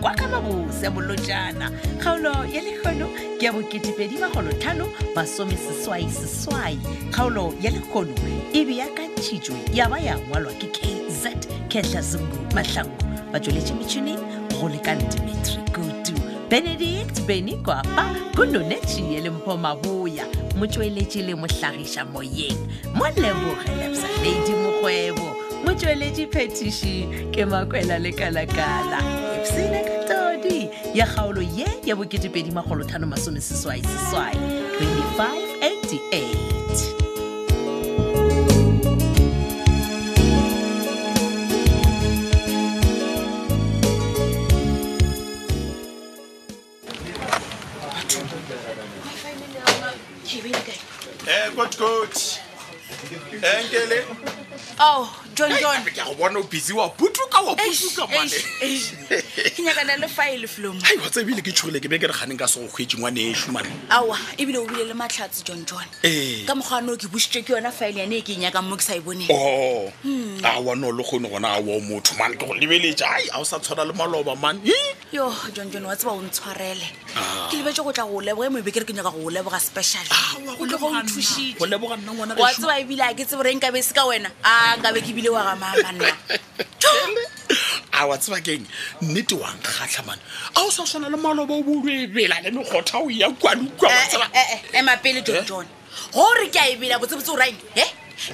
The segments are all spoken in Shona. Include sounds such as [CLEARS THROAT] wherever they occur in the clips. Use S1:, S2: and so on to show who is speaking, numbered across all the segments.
S1: kwa ga mabose bolojana kgaolo ya lekgono ke ya bo2edimagolothano masomeseswai seswai kgaolo ya lekgono e beakantšhitšwe ya ba ya ngwalwa ke kz kehla zungu mahlango batsweletše metšhineng go lekane dimetri kutu benedict beny kwapa kononetšhie lempho maboya motsweletše le mohlagiša moyeng mo leboge lepsa ladi mokgwebo motsweletše phetiši ke makwela le kalakala epsene ka todi ya kgaolo ye ya bo2edimagolotlhanomasomeseswai seswai 2588
S2: Eh, coach coach. Eh, Nkele.
S3: ao Oh, john john
S2: Ke a go bona o busy wa putuka wa
S3: Eish,
S2: putuka mane.
S3: eish, eish. ke nyakana le faele flom
S2: Hai, wa tsebile ke tshogile ke be ke re ganeng ka se go kgwetse ngwane e shumane.
S3: aowa ebile o bile le matlhatsi john john
S2: Eh.
S3: ka mokgwano ke busitswe ke yona faele yane e ke e nyakang mo ke sa e boneng
S2: Oh.
S3: Hmm.
S2: A wa no le kgone gona a wa motho man ke go lebeletša. Ai, a o sa tshwana le maloba man. Ih.
S3: yo john john wa tseba o ntshwarele
S2: Ah.
S3: ke lebetse go tla go o leboga e mobe ke re ke nyaka go o leboga special
S2: Aowa, go
S3: o tlo go
S2: leboga nna. Go
S3: nthušitše
S2: leboga nna ngwana
S3: wa
S2: gešo.
S3: tseba ebile a ke tsebo reng nkabe se ka wena a nkabe ke bile wa gamamanna
S2: a wa tseba keng nnete wa nkgatlha mane a o sa tshwana le maloba o boolo e bela le megotha o ya
S3: Eh,
S2: kwalukwa wa tseba
S3: emapele
S2: Eh?
S3: john john gore ke a ebela botsebotse o raeng e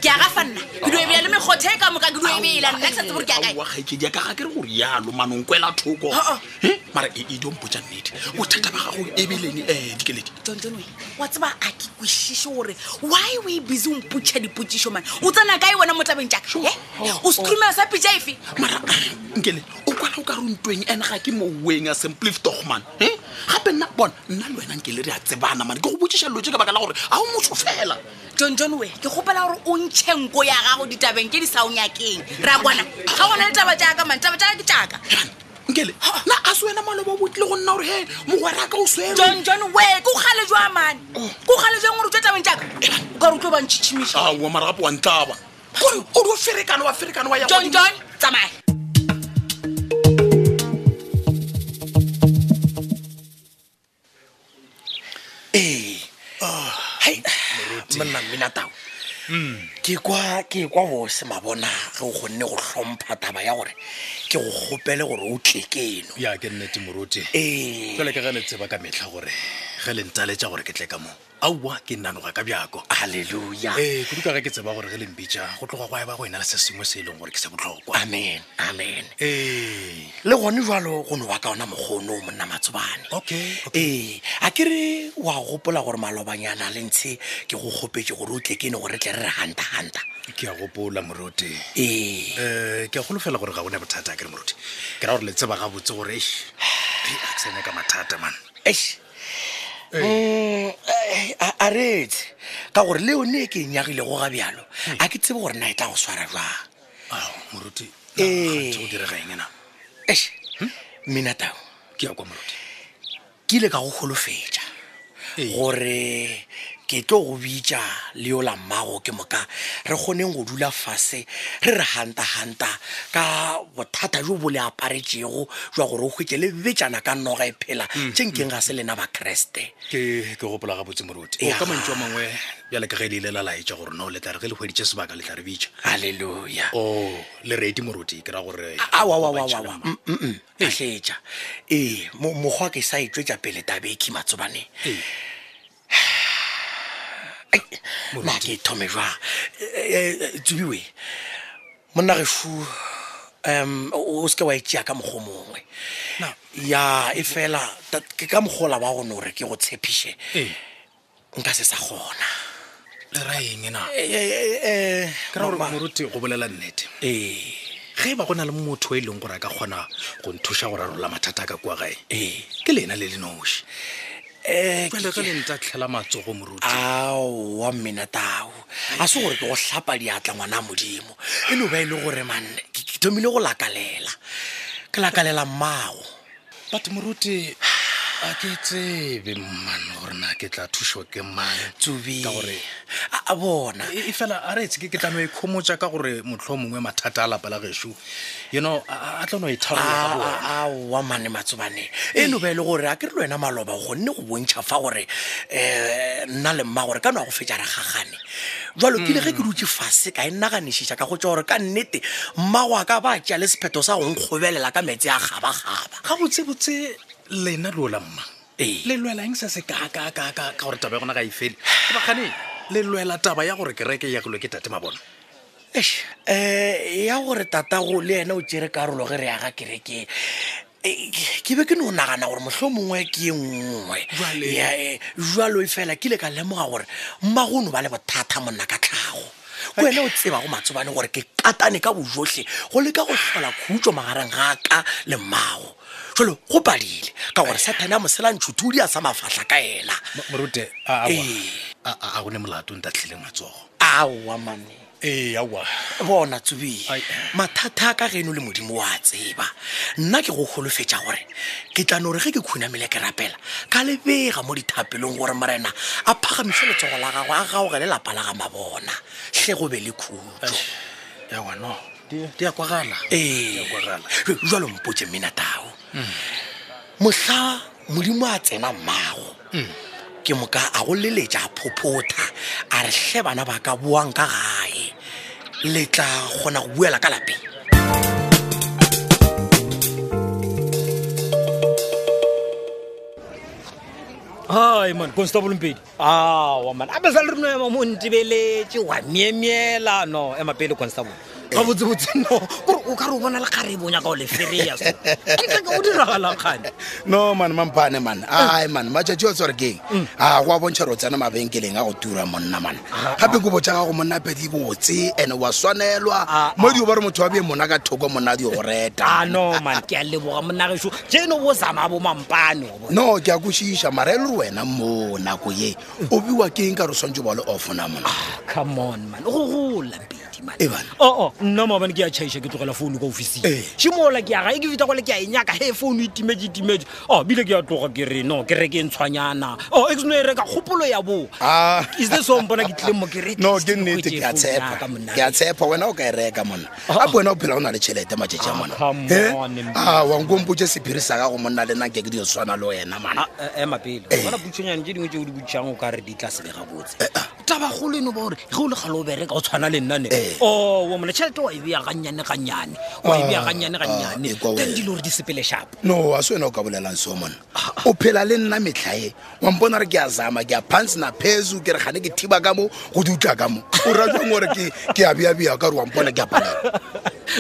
S3: ke aga fa nna ke dio ebela le mekgothe e ka moka ke dio ebela nna ke sa tsebo gore ke akae
S2: gaekedi aka ga ke re gore yalo manongkwela thoko
S3: Ha, ha.
S2: Eh, mara e e dompotsa nnete bothata ba gago ebeleng um dikeledi
S3: john john we wa tseba a ke kwešiše gore why o e busy o mputša dipotšišo mane o tsena kae wena mo tabeng tšaka e
S2: Oh,
S3: o screamela sa pitša efe
S2: mara [CLEARS THROAT] nkele o kwala o ka re ntweng and ga ke moweng a semplifdogman e gape nna bona nna le wena nkele re a tsebana mane ke go botsiša lotse ka baka la gore a o motho fela
S3: john john we ke kgopela gore o ntšhe nko ya gago ditabeng ke di sa o nyakeng ra kwana ga gona le taba tšaka mane taba tšaka ke tšaka
S2: Jana, nkele na a se wena maloba o botlile go nna gore he mogweraka o swele
S3: john john we ke o gale jwa mane ke o gale jwang gore o tswe tabeng tšaka ka gore o tlo bantšhitšhimiša
S2: aowa mara gape wa ntlaba gore o di o ferekana wa ferekana wa ya
S3: john
S2: godimo.
S3: john tsamaya
S4: ee hai monna mminatao
S5: Mm.
S4: ke kwa ke kwa go se mabona ge o kgonne go hlompha taba ya gore ke go kgopele gore o tle keno
S5: ya ke nnete moruti
S4: ee
S5: fela ke ga le tseba ka metlha gore ge le ntaletša gore ke tle ka moo aowa ke nanoga ka bjako
S4: halleluja
S5: ee kudu ka ge ke tseba gore ge le mpitša go tloga go eba go ena le se sengwe se e leng gore ke se botlhokwa
S4: amen amen
S5: ee
S4: le gone jalo go ne wa ka ona mokgono o monna matsobane
S5: Okay,
S4: ee a ke re wa gopola gore malobanyana le ntshe ke go kgopetse gore o tle keno gore tle re re hunta-hunta
S5: ke a gopola moruti
S4: ee
S5: um ke a golofela gore ga gone bothata a ke re moruti ke ra gore le tseba gabotse gore eish, hei, a ke sanya ka mathata man
S4: eish Mm, eh, a a reetse ka gore le yone e ke e nyagilego ga bjalo a ke tsebe gore na e tla go swara jwang
S5: ao Ah, moruti
S4: Ee.
S5: o diregaeng ena
S4: eš mminatao
S5: ke ya kwa moruti
S4: ke ile ka go golofetša
S5: Ee.
S4: gore ke tlo go bitša le yo la mmago ke moka re kgoneng go dula fase re re hanta-hanta ka bothata jo bo le aparetšego jwa gore o hwetse le betšana ka noga e phela tše nkeng ga se lena ba kreste
S5: Ee, ke ke gopola gabotse moruti o
S4: Ya.
S5: ka mantse wa mangwe bjale ka ge le ile la laetša gore no le tla re ge le hweditše sebaka le tla re bitša
S4: halleluja
S5: o Oh, le redi moruti ke ra gore
S4: awawawawawa mm. atlhetša ee mo- mokgwa ke sa etswetša pele tabeki matsobaneng [SIGHS]
S5: Ee.
S4: na ke thome jwang Eh, tsebiwe monna gešu um o seke wa etšea ka mokgo mongwe
S5: Na.
S4: ya e fela ta- ke ka mogola ba gone gore ke go tshepiše
S5: Ee.
S4: nka se sa kgona
S5: le ra eng na
S4: Eh, eh, eh, eh,
S5: ke ra gore
S4: mama.
S5: moruti go bolela nnete
S4: ee
S5: ge ba go na le motho e leng gore a ka kgona go nthuša go rarola mathata a ka kua gae
S4: ee
S5: ke lena le lenoši
S4: Eh,
S5: jale
S4: ke-
S5: ge Eh. le nta tlhela matsogo moruti
S4: aowa mmena tao a se gore ke go hlapa diatla ngwana a modimo e no ba e le gore manne ke ke thomile go lakalela ke lakalela mmago
S5: but moruti a ke tsebe mmane gore na ke tla thušwa ke mang
S4: tsobe
S5: Ka gore-
S4: a a bona
S5: e e fela a re etse ke ke tlano e kgomotsa ka gore motlho mongwe mathata a lapa la gešo you know a a- a tlano e tharoloa
S4: aowa mane matsobane e no be e le gore a ke re le wena maloba gonne go bontšha fa gore um nna le mma gore ka no ya go fetsa re gagane jalo ke le ge ke
S5: Mm.
S4: dutse fase ka e nnaganešitša ka go tsa gore ka nnete mma go a ka ba tšea le sephetho sa go nkgobelela ka metsi a gabagaba
S5: ga botsebotse lena leo la mma
S4: Ee.
S5: le lwela eng se se kakakaka ka gore taba ya gona ga e fele Ke bakgane le lwela taba ya gore kereke e yakilwe ke tate mabona
S4: um ya gore tatago le ena o tsere karolo ge re yaga kerekeng eh, ke be ke ne o nagana gore motlho mongwe ke e nngwe
S2: Jwale?
S4: Ya, eh, jwalo e fela ke ile ka lemoga gore mmagono ba le bothata monna ka tlhago ko wena o tseba go matsobane gore ke katane ka bojotlhe go leka go tlhola khutso magareng ga ka le mmago jalo go padile ka gore sathane a moselantšhuthudi a sa mafahla ka ela
S5: morute a
S4: Ee.
S5: a gone molato ntatlhileng matsogo
S4: aowa mane
S5: ee aa
S4: bona tsobi
S5: Ai.
S4: mathata a ka geno le modimo wa tseba nna ke go golofetša gore ke tlano gore ge ke khunamele ke rapela ka lebega mo dithapelong gore morena a phagamiše letsogo la gagwe a gaoge le lapa la ga mabona hle go be le khutso
S5: ya ngwano di a kwagala Di
S4: ee
S5: a kwagala
S4: jalo mpotse mminatao mohla modimo a tsena mmago ke moka a go leletša a phophotha a re hle bana ba ka boang ka gae le tla kgona go buela ka lapeng
S6: hai man constable mpedi awa man a besa le reno ema mo ntebeletse wa miemiela no ema pele constable ga botsebotse no gore o ka re o bona le kgare e bonyaka o lefereya so arekake o diragalang kgane
S7: no man mampane man ai man matšatši a tsware keng
S6: Mm.
S7: a go a bontšha re o tsena mabenkeleng a go tura monna man gape ko botša gago monna pedi botse and wa
S6: Ah,
S7: swanelwa
S6: ah.
S7: modio ba re motho wa bee mona ka thoko monadi go
S6: a
S7: reta
S6: no man ke a leboga monnageso jeno bo zama bo mampane wa bona.
S7: no ke a kwešiša mara e le re wena mo nako ye o biwa ke eng ka re swantse ba le offna mona
S6: come on man go gola pedi man
S7: Eh, bana.
S6: oo nna maabane ke a chaiša ke tlogela founu ka officing
S7: Eh.
S6: šimola ke aga e ke fita gole ke a e nyaka he founu itimetse itimetse a bile ke a tloga ke re no ke reke e ntshwanyana o e ke seno e reka kgopolo ya boa
S7: Ah.
S6: is the so mpona ke tlile mo ke re
S7: no
S6: ke
S7: ke
S6: se
S7: nnete
S6: hwetše
S7: ke a
S6: phone yaka
S7: tshepa
S6: monna.
S7: ke a tshepa wena o ka e reka mona
S6: Ah.
S7: gape wena o phela o na le tšhelete matšatši a Eh?
S6: Ah, come
S7: mona
S6: on, Mpho.
S7: wankompotse sephiri sa gago monna le nna ke ke dio tshwana le wena mana
S6: Ah, eh, ema pele bona putshonyane tse dingwe tse o di botšang o ka re di tla sebega botse
S7: Eh,
S6: tabagolo eno ba gore ge o le gale o bereka o tshwana le nnane
S7: Eh.
S6: o wa mone tšhelete wa e beya gannyane gannyane wa e beya gannyane gannyane
S7: e kwa wena.
S6: then dilo gore di sepele shapo
S7: no a se wena o ka bolelang seo mona o phela le nna metlhae wampona re ke a zama ke a phansena phezu ke re gane ke thiba ka mo go di utlwa ka mo o rajang gore ke ke a beabea ka gore wampona ke a palela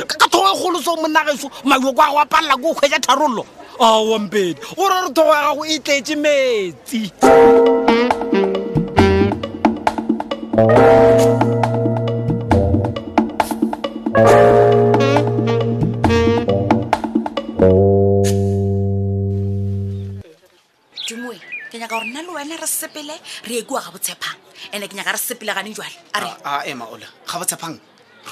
S6: ka thogo e golo seo monnageso maioko a go a palela ko o kgwetsa tharollo aowampedi ore re thogo ya gago e tletse metsi
S3: tumoe ke nyaka gore nna le wena re sepele re ekua ga botshepang and-e ke nyaka re sepelagane jale a re
S8: a ema ola Ah, ee, ga ba tshepang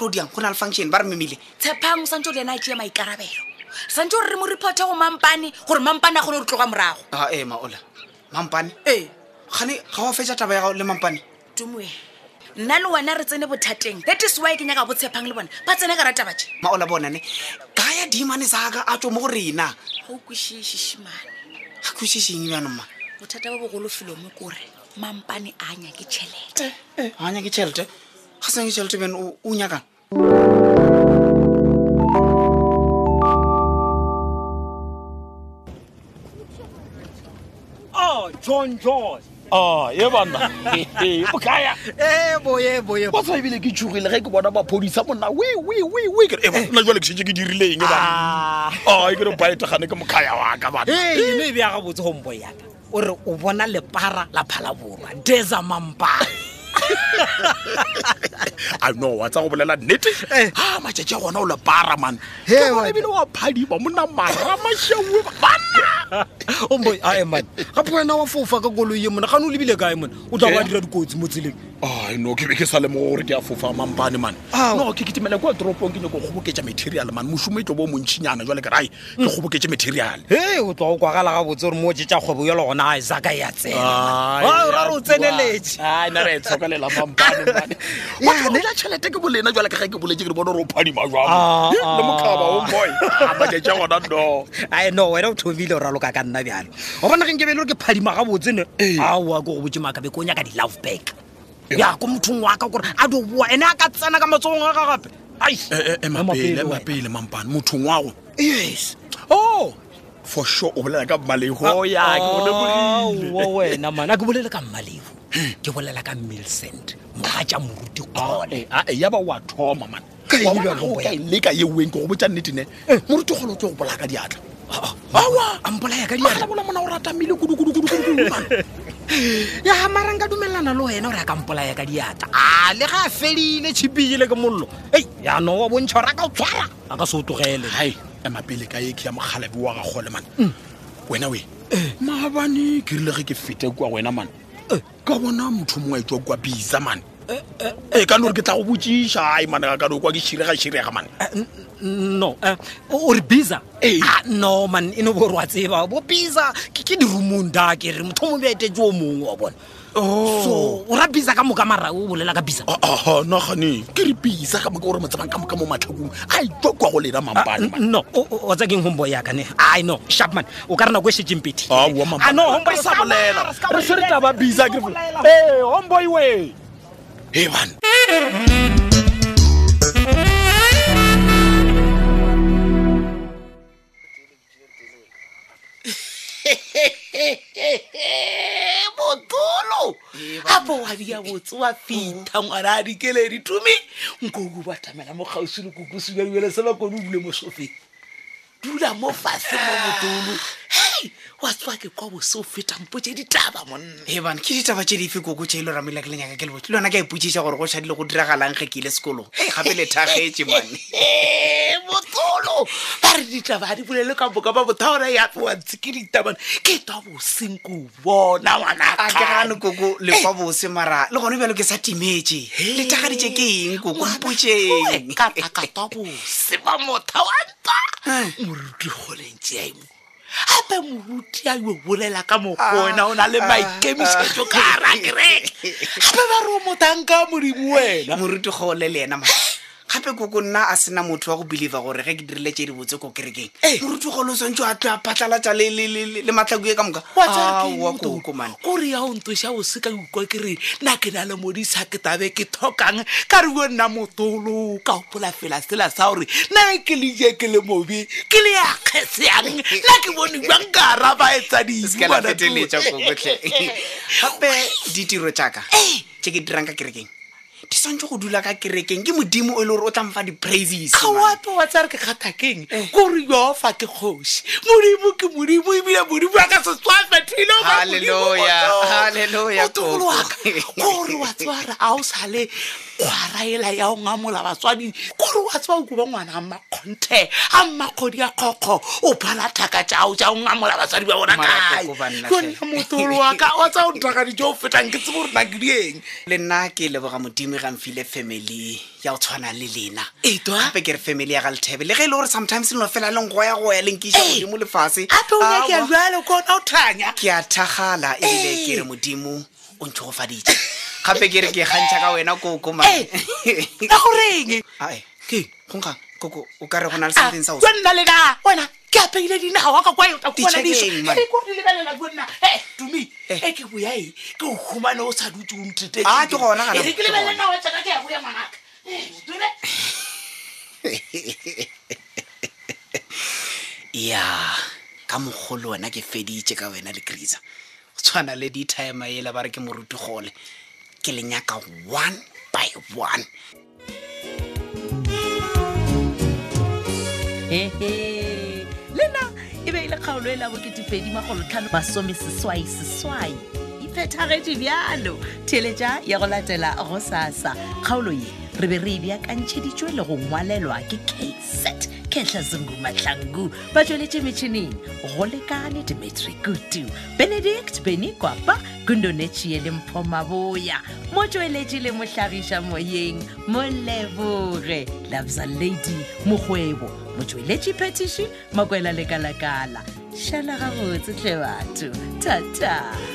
S8: rodiang go na le function ba re memile
S3: tshepang o santse o le ena a tee maikarabelo santse gore re mo reporte go mampane gore mampane a kgone go tloga morago
S8: a ema ola Ah, ee, mampane
S3: ee
S8: gane ga wa fetsa taba ya gago le mampane
S3: tumoe nna le wena re tsene bothateng that is why ke nyaka botshepang le bona ba tsene ka ratabaje
S8: maola bonane ka ya dimane saka a tswa mo go rena
S3: ga o kwešišišimane
S8: ga kwešišeng bjanomma
S3: bothata ba bogolofelo mo kore mampane a nyake tšhelete
S8: ga nyake tšhelete ga seng ke tšhelete bjane o o nyakang
S6: a john george
S9: a e banna o kaya
S6: eboeboe
S9: wa sa ebile ke tshogile ge ke bona maphodisa monna wewewewe kere nna jale ke setse ke dirileng e banna a ke re baetegane ke mokaya waka bana
S4: Eh.
S6: ee eno e bea gabotse gompo yaka o re o bona lepara la phala borwa desa mampane
S9: a no wa tsa go bolela nnete Ah, a matšatši a gona o le para man ke bona ebile wa phadima monna maramašaue banna
S3: omboy ae man gape wena wa fofa ka koloi ye mona gane o lebile kae mona o tla ba dira dikotsi mo tseleng
S2: ai Ah, no ke be ke sa lemo gore ke a fofa mampane mane
S3: Ao.
S2: no ke ketemela kwa toropong ke nyako go kgoboketša material mane mošomo e tlo bo montšhinyana jale kere ai
S3: Mm.
S2: ke kgoboketše material
S3: he o tla o kwagala gabotse gore mo tse tša kgwebo yalo gona e a zaka ya tsena ra re o tseneletse
S2: nare e tshokelela mampane
S3: [LAUGHS]
S2: mane o tloela tšhelete ke bolena jale ka ge ke boletse ke re bone gore o phadima
S3: Ah,
S2: jwang
S3: ah.
S2: le mokgaba
S3: [LAUGHS]
S2: omboy maketša gona no
S3: ae no wena o thobile gore a loka ka nna bjalo gobana ge nkebe le gore ke phadima gabotse ne aowa ke go botse maakabe ko nyaka di-love back ya ko mothong wa ka kore a di boa ene a ka tsena ka matsogong a ka gape Ai,
S2: Eh,
S3: Emapele wena.
S2: emapele mampane mothong wago
S3: yes
S2: o for sure o bolela ka malehoya ke bone bolile
S3: Aowa ah, wena mana ke bolele ka mmalebo ke bolela ka milcent moga ja moruti
S2: Ah,
S3: kgole
S2: ae yaba oa thoma man
S3: Ka eng
S2: Wa
S3: bjale,
S2: bona ge o
S3: boy?
S2: ka e leka ye weng ke go botsa nnetene
S3: Eh.
S2: moruti kgolo o tse go bolaya ka diatla
S3: Ah, awa ampolaya ka diatla
S2: alabola mona o rata mmele kudukudukudukudu man
S3: ya marang ka dumelelana le wena o re a ka mpolaya ka diatla a le ga a fedile tšhipile ke mollo ei yaanong wa bontšha ore a ka o tshwara a ka se o tlogele
S2: hai e emapele ka eke ya mokgalabi wa gagole man
S3: Mm.
S2: wena we
S3: E.
S2: maabane ke rile ge ke fete kua wena man ka bona motho mongwe a etswa kua bisa man
S3: E,
S2: ee ka nore ke tla go botsiša ai man ka kane o kwa ke širega-širega man
S3: E. no eh, o o re bisa
S2: Ee.
S3: Ah, no man e ne bore wa tseba bo bisa ke ke dirumong da ke re motho mo beetetse o mongwe wa bona so o ra bisa ka moka mara o bolela ka bisa
S2: aha nagane ke re bisa ka moka gore motsebang ka moka mo matlhakong a etswa kua go lena mampane man
S3: no o- o- wa tsa keng homeboy yakane ai no shapman o ka re nako e setseng pete
S2: Aowa, Mampane.
S3: e
S2: Re sa bolela. Re swere taba bisa, ke re-
S3: ee homeboy we
S2: e bane
S4: botolo gapo wa bia botse wa fitha ngwana a dikeledi tume nkoko batamela mo kgauswi le kokosi ba duele se bakone o dule mo sofeng dula mo fase mo botolo hei wa tsewa ke kwa bose o feta mpotse ditaba monna
S10: ebane ke ditaba tse dife koko tse e le ramela ke lenyaka ke lebote le yona ke a ipotsiša gore go tshwadile go diragalang ge ke ile sekolong e gape le thagetse mane
S4: Eh, botolo ba re ditaba ha di bolele ka boka ba botha ona ya wantse ke ditabane ke twa boseng ko bona
S10: a ke gane
S4: ngwanaka
S10: koko lekwa bose mara le gone bjalo ke sa timetse le tagaditse ke eng koko mpotseng
S4: katwa bose ba motha wa nta moruti goleng tseaimo gape moruti a yo bolela
S10: Ah,
S4: ka mokgona o na le maikemišetso ka ara kereke gape ba re o mothanka modimo wena
S10: moruti gole le ena mara gape koko nna a sena motho wa go believe-a gore ge ke dirile tse di botse ko kerekeng moruti gole o swantse a tlo a phatlalatsa le- le- le le matlhakue ka moka
S4: Wa tseba ke eng,
S10: Aowa,
S4: Motho?
S10: Ah, koko mane
S4: kore ya o ntoša o se ka ukwa ke re na ke na le modisa ke tabe ke thokang ka re yo nna motolo ka opola fela sela sa gore na ke leje ke le mobe ke le ya kgeseang na ke bone jwang ka araba etsa
S10: Ska la feteletša kokotlhe. gape ditiro jaaka tse ke dirang ka kerekeng di swantse go dula ka kerekeng ke modimo o e le gore o tla mfa di-praises
S4: ka
S10: man. Eh.
S4: wape wa tsare ke kgathakeng kore yofa ke kgoši modimo ke modimo ebile modimo a ka
S10: Hallelujah, hallelujah, Koko.
S4: kore wa tseba re a o sale kgwara ela ya o ngamola batswadi kore wa tseba o kuba ngwana a mmakgonthe a mmakgodi a kgokgo o phala thaka tjao tja o ngamola batswadi ba bona
S10: Mara
S4: kae
S10: Koko, banna
S4: yona
S10: hle.
S4: motolo wa ka wa tsaya o ntagadije o fetang ke tsebo gore na ke dieng
S10: le nna ke leboga modimo ga mfile family ya go tshwana le lena
S4: E twa?
S10: gape ke re family ya ga lethebe le ge e le gore sometimes leno fela leng goya goya lenkeisa
S4: Ee.
S10: modimo lefase
S4: gape o nyakea
S10: Aowa.
S4: jalo kona o thanya
S10: ke a thagala ebile ke re modimo o ntse go faditse gape ke re ke kgantšha ka wena koko man.
S4: ee na goreng
S10: Ae,
S4: ke
S10: gonkgang koko o ka re go na le
S4: Ah,
S10: something sa go-
S4: jonna le na wena ke apeile dinaga wa ka kwa yota
S10: Di check-eng, man.
S4: lebelela jonna e tumi
S10: Eh.
S4: e ke boyae ke o humane o sa dutse o ntete
S10: Ah, ke gona gana,
S4: ke
S10: ke
S4: lebelela
S10: gona.
S4: nawa tsaka ke ya boya ngwanaka Eh, Dume.
S10: ya ka mogolo wena ke feditse ka wena le krisa go tshwana le ditime ele ba re ke moruti gole ke lenyaka one by one
S1: Hehe. lena e be e le kgaolo e la boketepedi magolotlhano masome seswai seswai e phethagetše bjalo theletša ya go latela go sasa kgaolo ye re be re e beakantšheditšwe le go ngwalelwa ke kset kgetlha zungu matlhanku ba tsweletse metšhineng go lekane dimetri kutu benedict beny kwapa kundonetšhie le mpho maboya mo tsweletše le mohlagiša moyeng moleboge labza lady mokgwebo motsweletši phetiši makwela lekalakala šala gabotse tle batho thata